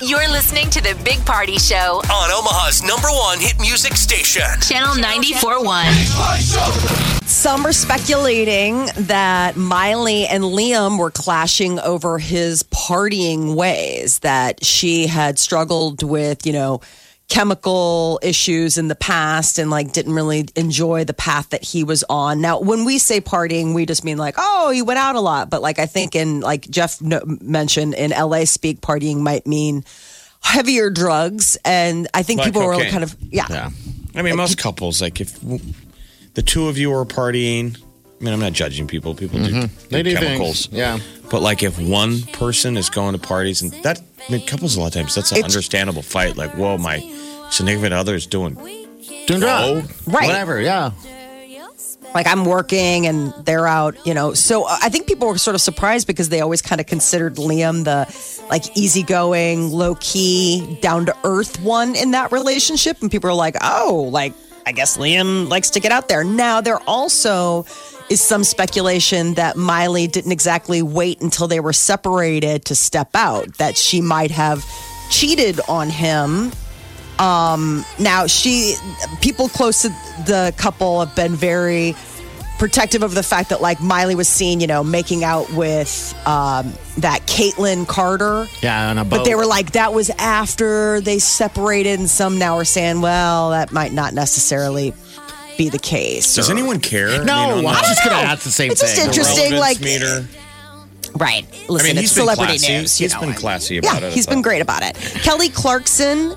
You're listening to the Big Party Show, on Omaha's number one hit music station. Channel 94.1. Some are speculating that Miley and Liam were clashing over his partying ways, that she had struggled with, you know, chemical issues in the past and like didn't really enjoy the path that he was on. Now, when we say partying, we just mean like, oh, he went out a lot. But like, I think in like Jeff no- mentioned in LA speak, partying might mean heavier drugs. And I think Like people were cocaine. kind of, Yeah. I mean, most couples, like if w- the two of you are partying, I mean, I'm not judging people. People Mm-hmm. do, They do chemicals. things. Yeah. But like if one person is going to parties and that, I mean, couples a lot of times, that's an It's- understandable fight. Like, whoa, my significant other is doing Doing Oh. drugs. Right. Whatever. Yeah. like I'm working and they're out, you know. So uh, I think people were sort of surprised because they always kind of considered Liam the like easygoing, low key, down to earth one in that relationship. And people are like, oh, like I guess Liam likes to get out there. Now there also is some speculation that Miley didn't exactly wait until they were separated to step out, that she might have cheated on him Um, now she people close to the couple have been very protective of the fact that like Miley was seen, you know, making out with um, that Caitlyn Carter. Yeah. On a boat. But they Oh. were like, that was after they separated, and some now are saying, well, that might not necessarily be the case. Does anyone care? No, I mean, on I the was just gonna ask the same It's thing. just the interesting. relevance like- meter? Right. I Listen, mean, it's he's been celebrity classy. news. you He's know, been and- classy about yeah, it. I he's been thought. great about it. Kelly Clarkson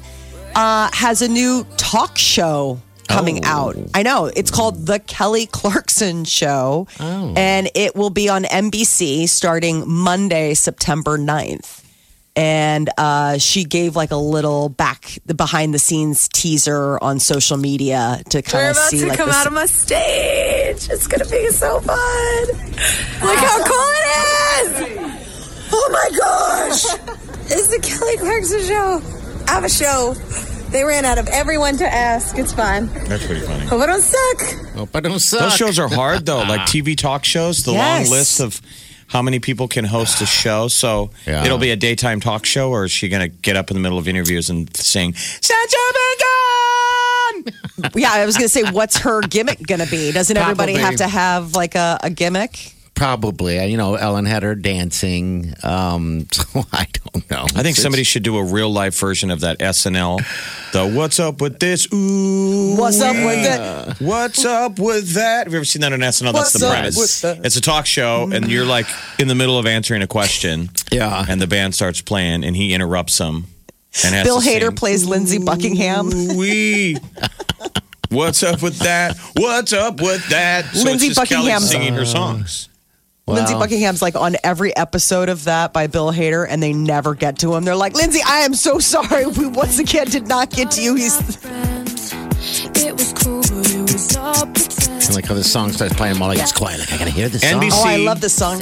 uh, has a new talk show Oh. coming out. I know. It's called The Kelly Clarkson Show. Oh. And it will be on NBC starting Monday, September 9th. And uh, she gave like a little back the behind the scenes teaser on social media to kind of see like this- my stage. It's gonna be so fun. Look how cool it is! Oh my gosh! It's the Kelly Clarkson show. I have a show. They ran out of everyone to ask. It's fine. That's pretty funny. Hope I don't suck. Oh, but don't suck. Those shows are hard though, like TV talk shows. The Yes. long list of how many people can host a show. So Yeah. it'll be a daytime talk show, or is she going to get up in the middle of interviews and sing "Sancho Bacon"? yeah, I was gonna say, what's her gimmick gonna be? Doesn't everybody have Probably. to have like a, a gimmick? Probably. uh, You know, Ellen had her dancing. Um, so I don't know. I think somebody should do a real life version of that SNL. The "What's up with this?" Ooh, What's up with it? What's up with that? Have you ever seen that on SNL? What's That's the up premise. with that? It's a talk show, and you're like in the middle of answering a question. Yeah. And the band starts playing, and he interrupts them. And has Bill to Hader sing. plays Lindsey Buckingham. Wee. What's up with that? What's up with that? So Lindsey it's just Kelly Buckingham's- singing her songs. Lindsey Buckingham's like on every episode of that by Bill Hader, and they never get to him. They're like, Lindsey, I am so sorry. We once again did not get to you. He's It was cool, but it was all pretend. And like how the song starts playing, Molly gets quiet. Like I gotta hear this song. NBC. oh, I love this song.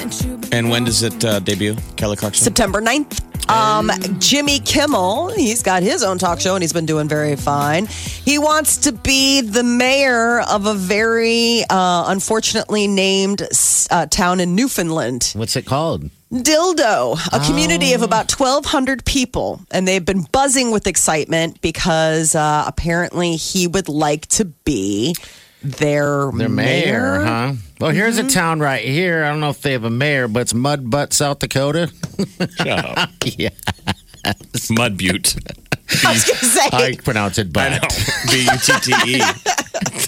And when does it uh, debut? Kelly Clarkson. September 9th. Um, Jimmy Kimmel, he's got his own talk show and he's been doing very fine. He wants to be the mayor of a very uh, unfortunately named uh, town in Newfoundland. What's it called? Dildo, a community Oh. of about 1,200 people, and they've been buzzing with excitement because uh, apparently he would like to be their, Their mayor, huh? Well, here's Mm-hmm. a town right here. I don't know if they have a mayor, but it's Mud Butt, South Dakota. yeah, Mud Butte. I was going to say, I pronounce it butt. B U T T E.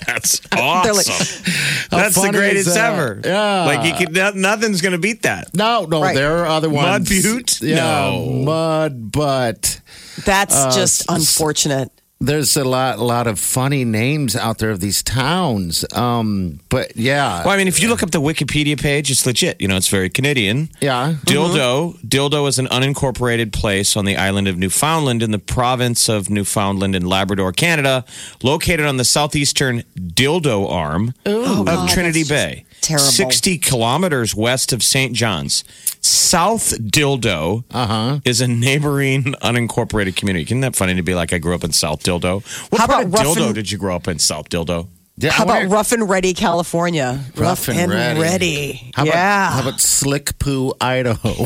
That's awesome. They're like- That's the funny is greatest that? ever. Yeah. Like you could, no- nothing's going to beat that. No, no, Right. there are other Mud ones. Butte? Yeah, No. Mud Butt. uh, that's just unfortunate. there's a lot, lot of funny names out there of these towns. Um, but yeah, Well, I mean, if you look up the Wikipedia page, it's legit. You know, it's very Canadian. yeah, Dildo. Mm-hmm. Dildo is an unincorporated place on the island of Newfoundland in the province of Newfoundland and Labrador, Canada, located on the southeastern Dildo arm of Trinity Bay. Oh, terrible. 60 kilometers west of St. John's. South Dildo Uh-huh. is a neighboring unincorporated community. Isn't that funny to be like, I grew up in South Dildo? What How about part of rough Dildo and- did you grow up in, South Dildo? Yeah, How I about wonder- Rough and Ready, California? Rough and ready. ready. How yeah. about how about Slick Poo, Idaho?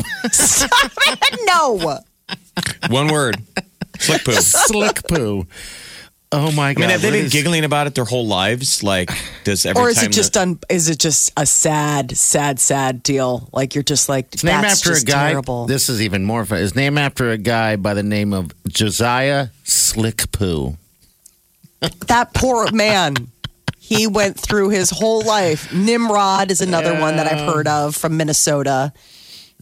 Stop it. No. One word. Flick poo. Slick Poo. Oh my I god! mean, have they what been is- giggling about it their whole lives? Like, does every Or is time it just the- un, is it just a sad, sad, sad deal? Like you're just like It's named that's after a just guy. terrible. This is even more fun. It's named after a guy by the name of Josiah Slick Poo. that poor man. He went through his whole life. Nimrod is another one that I've heard of from Minnesota.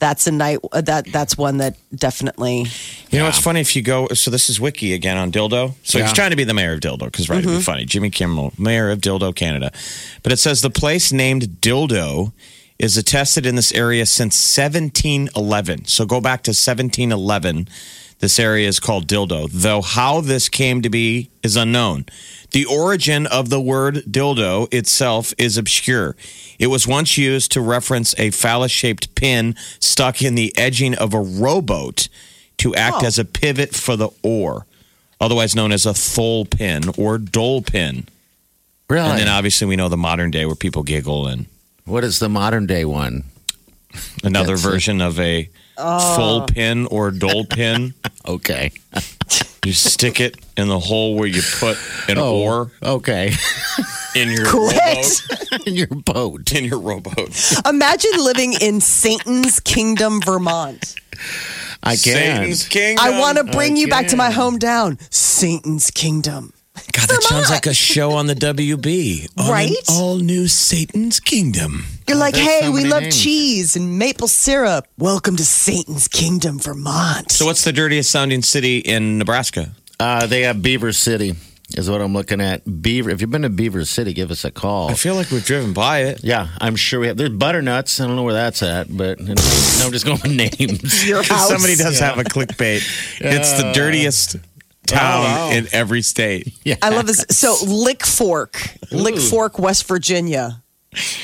That's a night uh, that that's one that definitely You know, it's funny if you go. So this is Wiki again on Dildo. So he's Yeah. trying to be the mayor of Dildo because right, it'd be funny. Jimmy Kimmel, mayor of Dildo, Canada. But it says the place named Dildo is attested in this area since 1711. So go back to 1711. This area is called Dildo, though how this came to be is unknown. The origin of the word dildo itself is obscure. It was once used to reference a phallus shaped pin stuck in the edging of a rowboat to act Oh. as a pivot for the oar, otherwise known as a thole pin or dole pin. Really? Oh, And then obviously we know the modern day where people giggle and what is the modern day one? another That's it. version of a Oh. full pin or dole pin. Okay. You stick it in the hole where you put an oar Okay. in your rowboat. quit. In your boat. In your rowboat. Imagine living in Satan's Kingdom, Vermont. I can't. Satan's kingdom. I want to bring you back to my hometown, Satan's Kingdom. God, that sounds like a show on the WB. On an Right? All new Satan's Kingdom. You're like, there's hey, so we many love names." cheese and maple syrup. Welcome to Satan's Kingdom, Vermont. So, what's the dirtiest sounding city in Nebraska? Uh, they have Beaver City, is what I'm looking at. Beaver. If you've been to Beaver City, give us a call. I feel like we've driven by it. Yeah, I'm sure we have. There's butternuts. I don't know where that's at, but you know, I'm just going with names. your house. Somebody does have a clickbait. It's the dirtiest town in every state. I love this. So Lick Fork, Lick Fork, West Virginia.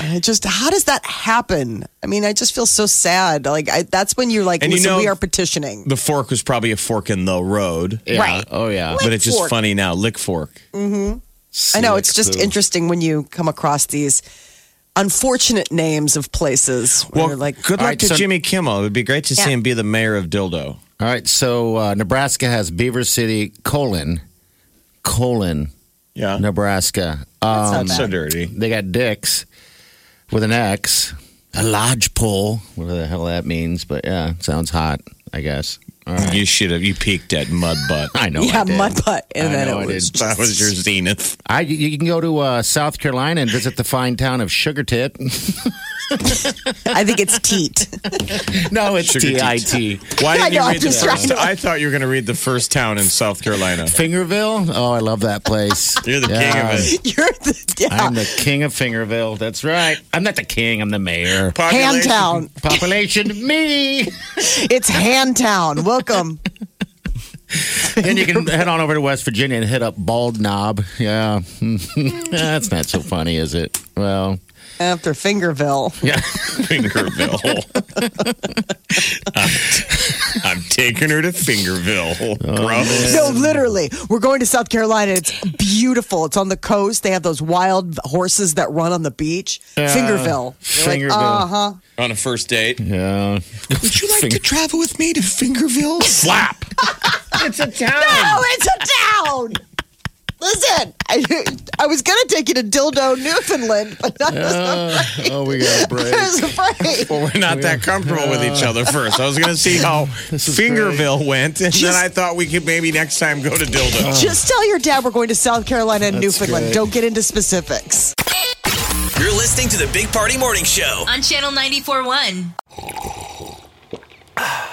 I just how does that happen? I mean, I just feel so sad. Like I, that's when you're like, And you listen, know- we are petitioning. The fork was probably a fork in the road, Yeah. Right. Oh yeah. but it's just fork. funny now. Lick fork. I know it's just interesting when you come across these unfortunate names of places. Where Well, you're like good luck All right, to so- Jimmy Kimmel. It would be great to see him be the mayor of Dildo. All right. So uh, Nebraska has Beaver City colon colon Yeah. Nebraska. that's not Um, bad. So dirty. they got dicks with an X. A lodgepole. Whatever the hell that means, but yeah, sounds hot. I guess. All right. You should have. You peaked at mud butt. I know. yeah, I did. mud butt, and I then know it I was did. That was your zenith. I, you can go to uh, South Carolina and visit the fine town of Sugar Tit. I think it's teat. no, it's Sugar T I Tit. T. Why I did you know, read I'm just the first? trying to- I thought you were going to read the first town in South Carolina. Fingerville. Oh, I love that place. You're the Yeah. king of it. You're the yeah, I'm the king of Fingerville. That's right. I'm not the king. I'm the mayor. Ham Town. Population me. It's Hantown. Welcome. Then you can head on over to West Virginia and hit up Bald Knob. Yeah, that's not so funny, is it? Well, After Fingerville. yeah. Fingerville. I'm, I'm taking her to Fingerville. Gross. No, literally. We're going to South Carolina. It's beautiful. It's on the coast. They have those wild horses that run on the beach. Fingerville. Fingerville. Uh huh. On a first date. Yeah. Would you like to travel with me to Fingerville? Slap. It's a town. Oh, it's a town. Listen, I, I was going to take you to Dildo, Newfoundland, but I was, Oh, we got a break. I was afraid. Well, we're not that comfortable with each other first. I was going to see how is Fingerville went, and then Just- I thought we could maybe next time go to Dildo. Just tell your dad we're going to South Carolina and Newfoundland. good. Don't get into specifics. You're listening to the Big Party Morning Show. on Channel 94.1.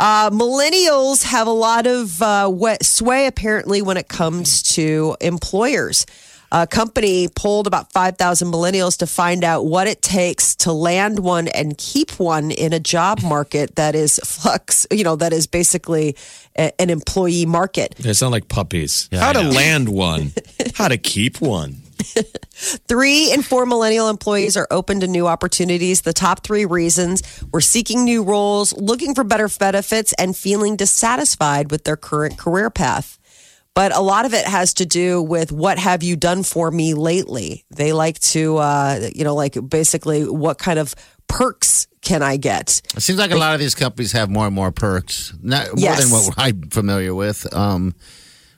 Uh, millennials have a lot of uh, wet sway apparently when it comes to employers. A company polled about 5,000 millennials to find out what it takes to land one and keep one in a job market that is flux, you know, that is basically a- an employee market. Oh. They sound like puppies. How to land one, how to keep one. Three in four millennial employees are open to new opportunities. The top three reasons were seeking new roles, looking for better benefits, and feeling dissatisfied with their current career path. But a lot of it has to do with what have you done for me lately? They like to, uh, you know, like basically what kind of perks can I get? It seems like a lot of these companies have more and more perks, not more Yes. than what I'm familiar with. Um,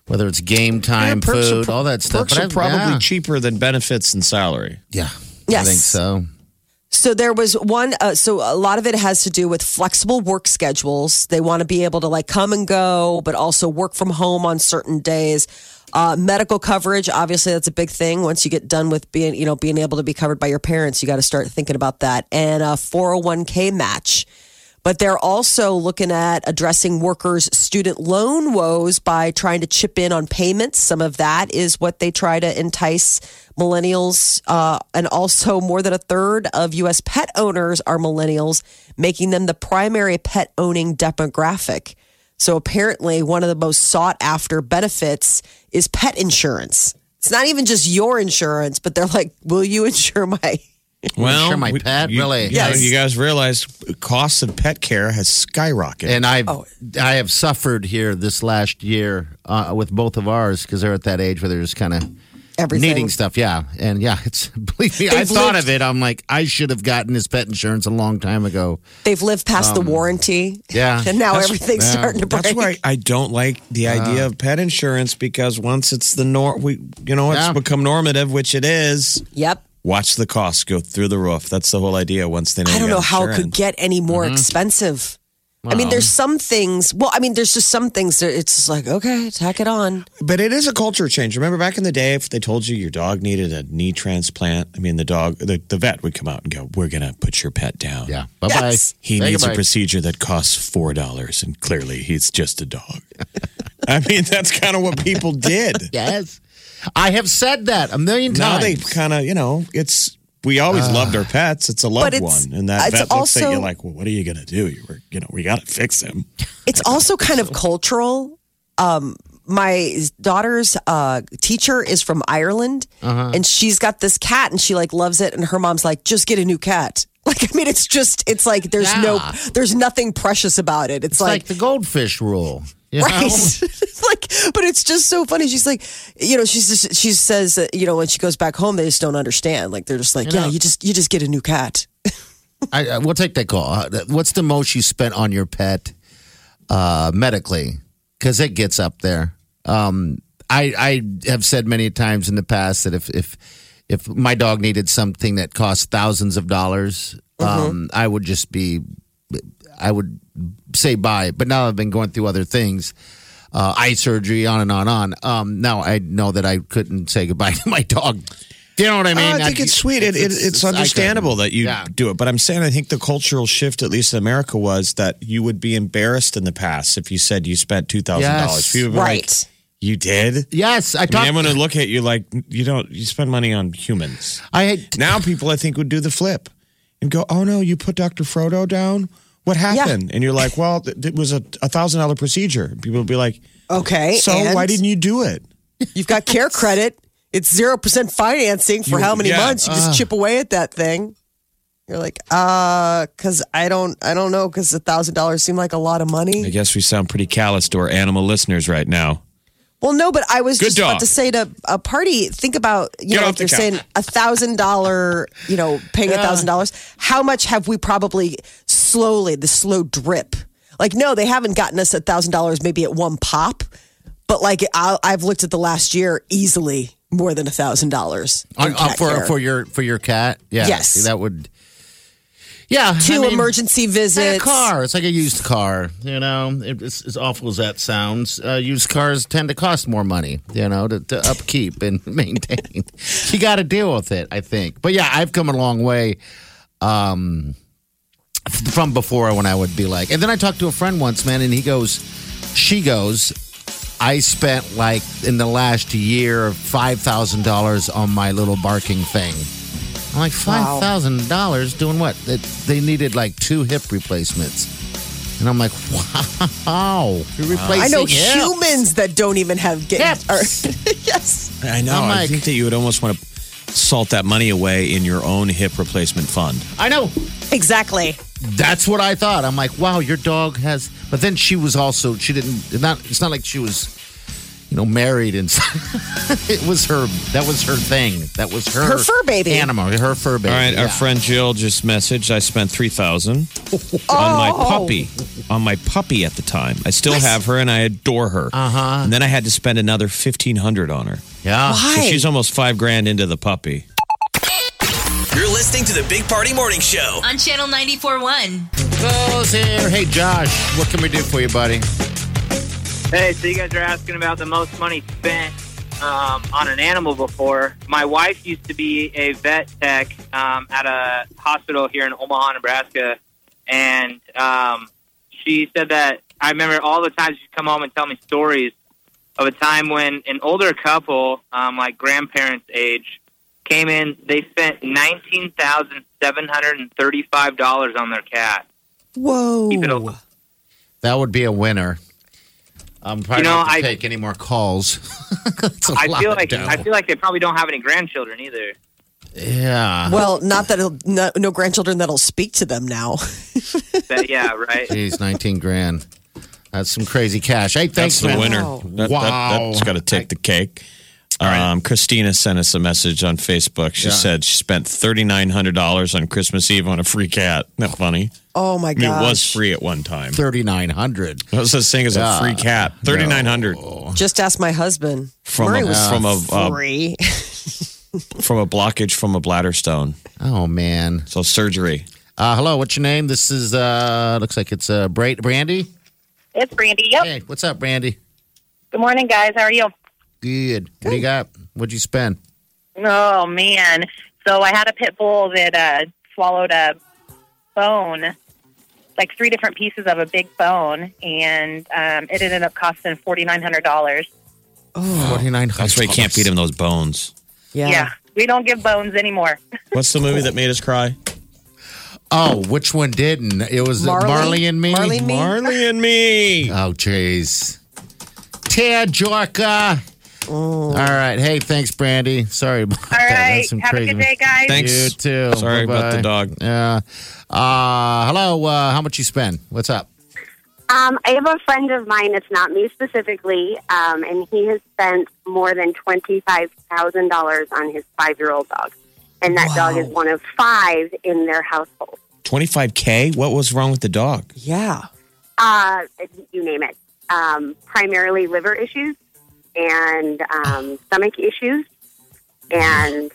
whether it's game time, Yeah, perks are food, pro- all that stuff. Perks But are I- probably yeah. cheaper than benefits and salary. Yeah, Yes. I think so. So there was one. Uh, so a lot of it has to do with flexible work schedules. They want to be able to like come and go, but also work from home on certain days. Uh, medical coverage, obviously, that's a big thing. Once you get done with being, you know, being able to be covered by your parents, you got to start thinking about that. And a 401k match. But they're also looking at addressing workers' student loan woes by trying to chip in on payments. Some of that is what they try to entice millennials. Uh, and also, more than a third of U.S. pet owners are millennials, making them the primary pet owning demographic. So, apparently, one of the most sought after benefits is pet insurance. It's not even just your insurance, but they're like, will you insure my Well, Sure, my pet, you, really. You, know, Yes. you guys realize costs of pet care has skyrocketed. And I've Oh. I have suffered here this last year uh, with both of ours because they're at that age where they're just kind of everything? needing stuff. Yeah, and yeah, it's believe me, I They've thought lived- of it. I'm like, I should have gotten his pet insurance a long time ago. They've lived past the warranty. Um, yeah. And now That's- everything's yeah. starting to break. That's why I don't like the Uh. idea of pet insurance because once it's the norm, we you know it's Yeah. become normative, which it is. Yep. Watch the costs go through the roof. That's the whole idea. Once they know I you don't got know how it could insurance. get any more Mm-hmm. expensive. I mean, there's some things. Well, I mean, there's just some things that it's just like, okay, tack it on. But it is a culture change. Remember back in the day, if they told you your dog needed a knee transplant, I mean, the dog, the, the vet would come out and go, We're going to put your pet down. Yeah, bye bye. Yes. He needs a procedure that costs $4, and clearly he's just a dog. I mean, that's kind of what people did. Yes, I have said that a million Now times. they kind of, you know, it's, we always loved our pets. It's a But loved it's- one. And that it's vet looks at you also- like, Well, what are you going to do? You, were, you know, we got to fix him. It's also kind of cultural. Um, my daughter's uh, teacher is from Ireland, Uh-huh. and she's got this cat, and she like loves it, and her mom's like, just get a new cat. Like, I mean, it's just, it's like there's no, Yeah. there's nothing precious about it. It's, it's like, the goldfish rule. You Right. know? It's like, but it's just so funny. She's like, you know, she's just, she says, that, you know, when she goes back home, they just don't understand. Like they're just like, yeah, know. you just you just get a new cat. I, I, we'll take that call. Uh, What's the most you spent on your pet uh, medically? Because it gets up there. Um, I I have said many times in the past that if if if my dog needed something that cost thousands of dollars, Mm-hmm. um, I would just be I would say bye. But now I've been going through other things, uh, eye surgery, on and on on. Um, now I know that I couldn't say goodbye to my dog. Do you know what I mean? Uh, Ah, I think it's sweet. It, it, it's, I couldn't. understandable that you Yeah. do it. But I'm saying I think the cultural shift, at least in America, was that you would be embarrassed in the past if you said you spent two thousand dollars. Yes. People would be like, Right. you did. Yes, I I mean, talked. I'm going to look at you like you don't. You spend money on humans. I had Now people, I think, would do the flip and go, "Oh no, you put Doctor Frodo down." What happened? And you're like, well, th- it was a a thousand dollar procedure. People would be like, Okay. so and why didn't you do it? you've got care credit? It's zero percent financing for You- how many yeah. uh. months? You just chip away at that thing. You're like, uh, because I don't, I don't know, because a thousand dollars seemed like a lot of money. I guess we sound pretty callous to our animal listeners right now. Well, no, but I was Good just about dog. to say to a party, think about you Get know if off you're the saying couch. a thousand dollar, you know, paying a thousand dollars. How much have we probably slowly the slow drip? Like, no, they haven't gotten us a thousand dollars maybe at one pop, but like I, I've looked at the last year easily more than a thousand dollars On, uh, for for your for your cat. Yeah. Yes. See, that would. Yeah, two I mean, emergency it's visits. like a car. It's like a used car. You know, It- it's as awful as that sounds, uh, used cars tend to cost more money. You know, to, to upkeep and maintain. you got to deal with it, I think. But yeah, I've come a long way. Um, f- from before when I would be like, and then I talked to a friend once, man, and he goes, she goes, I spent like in the last year five thousand dollars on my little barking thing. I'm like five thousand dollars doing what? That they needed like two hip replacements, and I'm like, wow, you're replacing I know hips. humans that don't even have get. Hips. are- yes, I know. I'm I like- think that you would almost want to salt that money away in your own hip replacement fund. I know. exactly. That's what I thought. I'm like, wow, your dog has. But then she was also she didn't not. It's not like she was, you know, married and it was her. That was her thing. That was her Her fur baby. animal. Her fur All baby. right, our yeah. friend Jill just messaged. I spent three thousand on my Oh. puppy, on my puppy at the time. I still have her, and I adore her. Uh Uh-huh. huh. And then I had to spend another fifteen hundred on her. Yeah. So Why? she's almost five grand into the puppy. You're listening to the Big Party Morning Show. On Channel 94.1. Joe's here. Hey, Josh, what can we do for you, buddy? Hey, so you guys are asking about the most money spent um, on an animal before. My wife used to be a vet tech um, at a hospital here in Omaha, Nebraska, and um, she said that I remember all the times she'd come home and tell me stories of a time when an older couple, um, like grandparents' age, came in. They spent nineteen thousand seven hundred and thirty-five dollars on their cat. Whoa. Keep it open. That would be a winner. I'm probably You know, not gonna I- take any more calls. That's a I lot feel of like dough. I feel like they probably don't have any grandchildren either. yeah. Well, not that it'll, no, no grandchildren that'll speak to them now. But yeah, right. Jeez, nineteen grand. That's some crazy cash. Hey, thanks, That's the man. winner. Wow. That, Wow. has got to take the cake. Um, Christina sent us a message on Facebook. She Yeah. said she spent thirty nine hundred dollars on Christmas Eve on a free cat. Isn't that funny? Oh my I mean, gosh! it was free at one time. Thirty nine hundred. That was this thing as a free cat. Thirty nine hundred Just ask my husband. from Murray a, was from a uh, free. from a blockage from a bladder stone. Oh man. So surgery. Uh, hello, what's your name? This is uh looks like it's uh Bra- Brandy. It's Brandy. Yep. Hey, what's up, Brandy? Good morning, guys. How are you? Good. What do you got? What'd you spend? Oh man. So I had a pit bull that uh, swallowed a bone, like three different pieces of a big bone, and um, it ended up costing forty nine hundred dollars. Forty nine hundred. That's why you can't feed him those bones. yeah. Yeah, we don't give bones anymore. What's the movie that made us cry? Oh, which one didn't? It was Marley, Marley? and me. Marley and me? Marley and me. Oh, jeez. Tad Jorka. All right. Hey, thanks, Brandy. Sorry about Oh. All that. right. That's some Have a crazy- good day, guys. Thanks. You too. Sorry about the Bye-bye. dog. Yeah. Uh, hello. Uh, how much you spend? What's up? Um, I have a friend of mine. It's not me specifically, um, and he has spent more than twenty five thousand dollars on his five year old dog, and that dog is one of five in their household. Twenty five k. What was wrong with the dog? Yeah. Uh, you name it. Um, primarily liver issues and um, stomach issues, and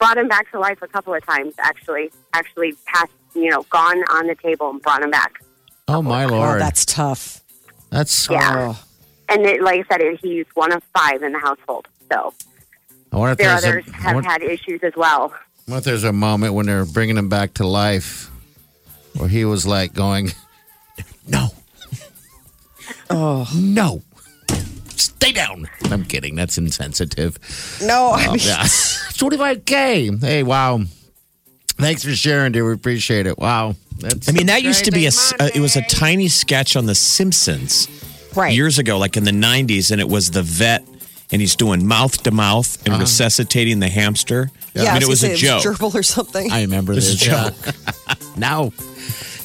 brought him back to life a couple of times. Actually, actually passed. You know, gone on the table and brought him back. Oh, my Oh, Lord. that's tough. that's. Yeah. Oh. And it, like I said, it, he's one of five in the household. So I wonder if there there's, others a, I have wonder- had issues as well. I wonder if there's a moment when they're bringing him back to life where he was like going, no. Oh. No. Stay down. I'm kidding. That's insensitive. No, I mean, Yeah. 25K. Hey, wow. Thanks for sharing, dude. We appreciate it. Wow. That's I mean, that used to be a, s- uh, it was a tiny sketch on The Simpsons right. years ago, like in the 90s, and it was the vet and he's doing mouth to mouth and Uh-huh. resuscitating the hamster. Yeah, I mean, was it was gonna a say joke. gerbil or something. I remember This this, is a yeah. now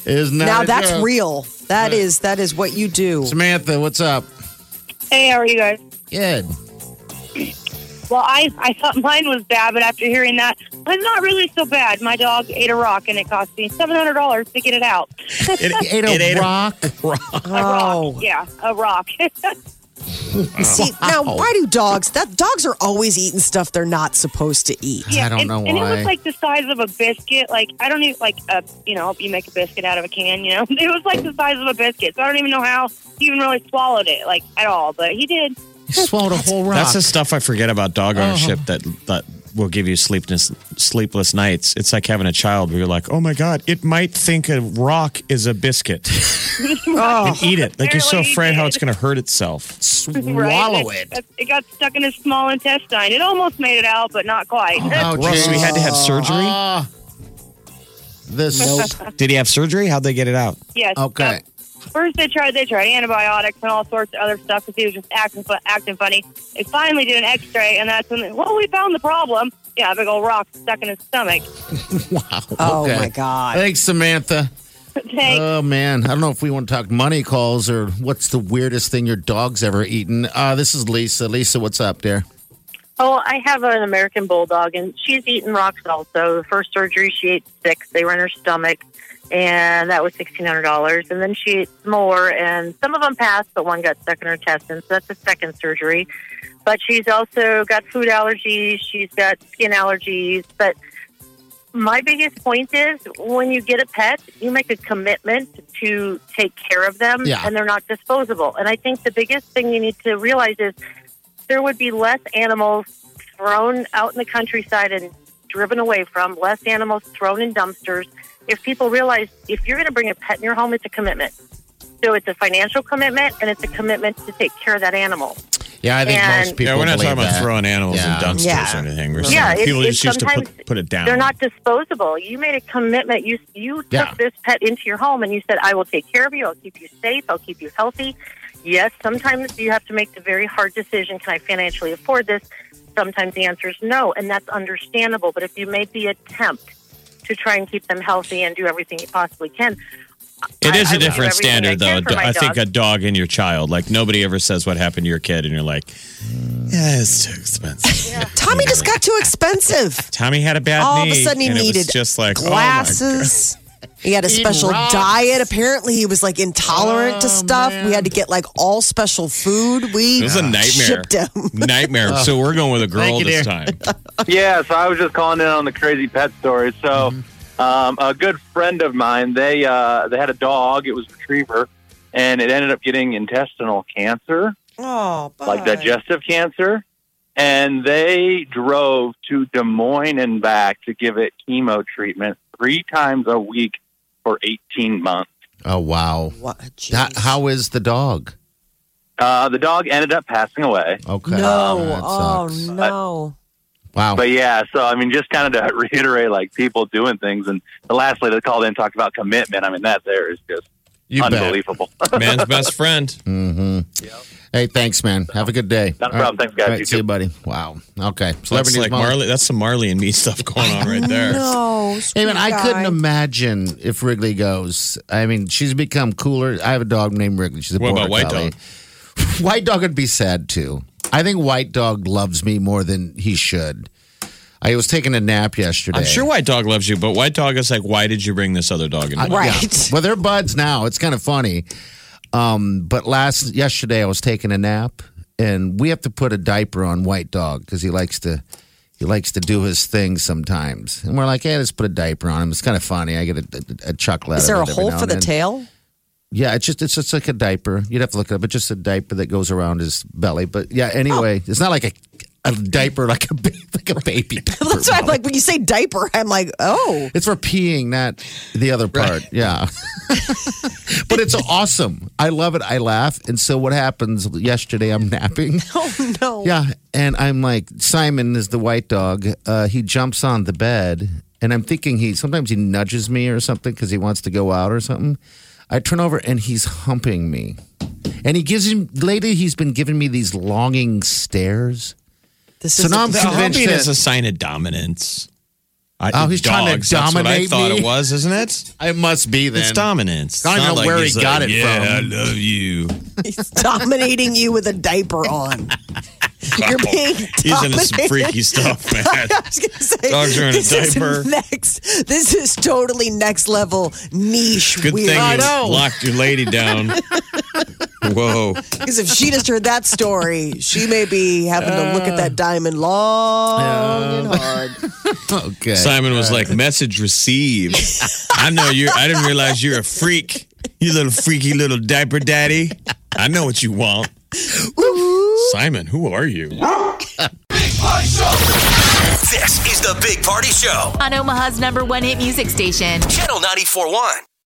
is not now a that's joke. real. That is that is what you do. Samantha, what's up? Hey, how are you guys? Good. Well, I I thought mine was bad, but after hearing that, it's not really so bad. My dog ate a rock, and it cost me seven hundred dollars to get it out. It, ate a it ate a- rock. A rock, Oh. Oh. yeah, a rock. Oh, See now, why do dogs? That dogs are always eating stuff they're not supposed to eat. yeah, I don't and, know And it why. was like the size of a biscuit. Like I don't even like a you know you make a biscuit out of a can. You know, it was like the size of a biscuit. So I don't even know how he even really swallowed it like at all, but he did. You swallowed a whole rock. That's the stuff I forget about dog Uh-huh. ownership that that will give you sleepless sleepless nights. It's like having a child where you're like, oh my god, it might think a rock is a biscuit Oh. and eat it. Like you're so Apparently he afraid how it's did. going to hurt itself. Right? Swallow it. it. It got stuck in his small intestine. It almost made it out, but not quite. Oh, Gross. geez. We had to have surgery. Uh, Ah. this. Did he have surgery? How'd they get it out? yes. Okay. First, they tried they tried antibiotics and all sorts of other stuff because he was just acting fu- acting funny. They finally did an X-ray, and that's when they, well, we found the problem. Yeah, a big old rock stuck in his stomach. Wow. Oh okay. my god. Thanks, Samantha. Thanks. Oh man, I don't know if we want to talk money calls or what's the weirdest thing your dog's ever eaten. Uh, this is Lisa. Lisa, what's up, dear? Oh, I have an American bulldog, and she's eaten rocks also. The first surgery, she ate six. They were in her stomach, and that was sixteen hundred dollars. And then she ate some more, and some of them passed, but one got stuck in her intestines. So that's the second surgery. But she's also got food allergies. She's got skin allergies. But my biggest point is when you get a pet, you make a commitment to take care of them, Yeah. and they're not disposable. And I think the biggest thing you need to realize is there would be less animals thrown out in the countryside and driven away from, less animals thrown in dumpsters. If people realize if you're going to bring a pet in your home, it's a commitment. So it's a financial commitment and it's a commitment to take care of that animal. Yeah, I think And- most people. yeah, we're not believe talking about that. throwing animals Yeah. in dumpsters Yeah. or anything. We're Yeah, saying it- people it just used to put, sometimes- put it down. They're not disposable. You made a commitment. You you Yeah. took this pet into your home and you said, "I will take care of you. I'll keep you safe. I'll keep you healthy." Yes, sometimes you have to make the very hard decision: Can I financially afford this? Sometimes the answer is no, and that's understandable. But if you made the attempt to try and keep them healthy and do everything you possibly can, It is I- I a would do different everything I standard, though. can for my I think dog. a dog and your child. Like nobody ever says what happened to your kid, and you're like, yeah, it's too expensive. Tommy just got too expensive. Tommy had a bad All of knee. a sudden, he and it was needed just like oh my glasses. he had a Eating special rocks. Oh, diet. Apparently, he was like intolerant to stuff. We had to get like all special food. We It was a nightmare. shipped him. Nightmare. So we're going with a girl Oh. Thank you, this dear. time. yeah, so I was just calling in on the crazy pet story. So, um, a good friend of mine, they uh, they had a dog. It was a retriever, and it ended up getting intestinal cancer, Oh, like digestive cancer. And they drove to Des Moines and back to give it chemo treatment three times a week for eighteen months. Oh wow. That- how is the dog? Uh, the dog ended up passing away. Okay. No. That Oh, sucks. no. Wow. But yeah, so I mean, just kind of to reiterate, like people doing things, and the last lady that called in talked about commitment. I mean, that there is just you bet. unbelievable. Man's best friend. Mm-hmm. Hey, thanks, man. Have a good day. Not a All problem. Thanks, guys. All right, You see you, too. buddy. Wow. Okay. That's Celebrity like Marley. That's some Marley and me stuff going on right there. No. Hey, man, sweet I couldn't guy. imagine if Wrigley goes. I mean, she's become cooler. I have a dog named Wrigley. She's a What about border White collie. White dog would be sad too. I think White Dog loves me more than he should. I was taking a nap yesterday. I'm sure White Dog loves you, but White Dog is like, why did you bring this other dog in? I- my life?" Right. yeah. Well, they're buds now. It's kind of funny. Um, but last yesterday, I was taking a nap, and we have to put a diaper on White Dog because he likes to he likes to do his thing sometimes. And we're like, hey, let's put a diaper on him. It's kind of funny. I get a, a, a chuckle. out Is there a of it every hole now for and the then. tail? Yeah, it's just it's just like a diaper. You'd have to look it up. It's just a diaper that goes around his belly. But yeah, anyway, Oh. it's not like a a diaper like a ba- like a baby. Diaper, That's why I'm like, when you say diaper, I'm like, oh. It's for peeing, not the other part. Yeah. but it's awesome. I love it. I laugh. And so what happens yesterday, I'm napping. Oh, no. Yeah. And I'm like, Simon is the white dog. Uh, he jumps on the bed and I'm thinking he sometimes he nudges me or something because he wants to go out or something. I turn over and he's humping me, and he gives him lately. He's been giving me these longing stares. This so now I'm convinced humping that- is a sign of dominance. I, Oh, he's trying to dogs, that's what dominate I thought me? it was, isn't it? It must be then. It's dominance. I don't It's even not know where he he's got it "Yeah, from." I love you. He's dominating you with a diaper on. You're being He's into some dominated. freaky stuff, man. I was gonna say, Dogs are in a this is diaper. next, this is totally next level niche Good weird. thing you locked your lady down. Whoa. Because if she just heard that story, she may be having to look at that diamond long and hard. Okay. Simon was like, message received. I know you I didn't realize you're a freak. You little freaky little diaper daddy. I know what you want. Simon, who are you? This is the Big Party Show, On Omaha's number one hit music station. Channel 941.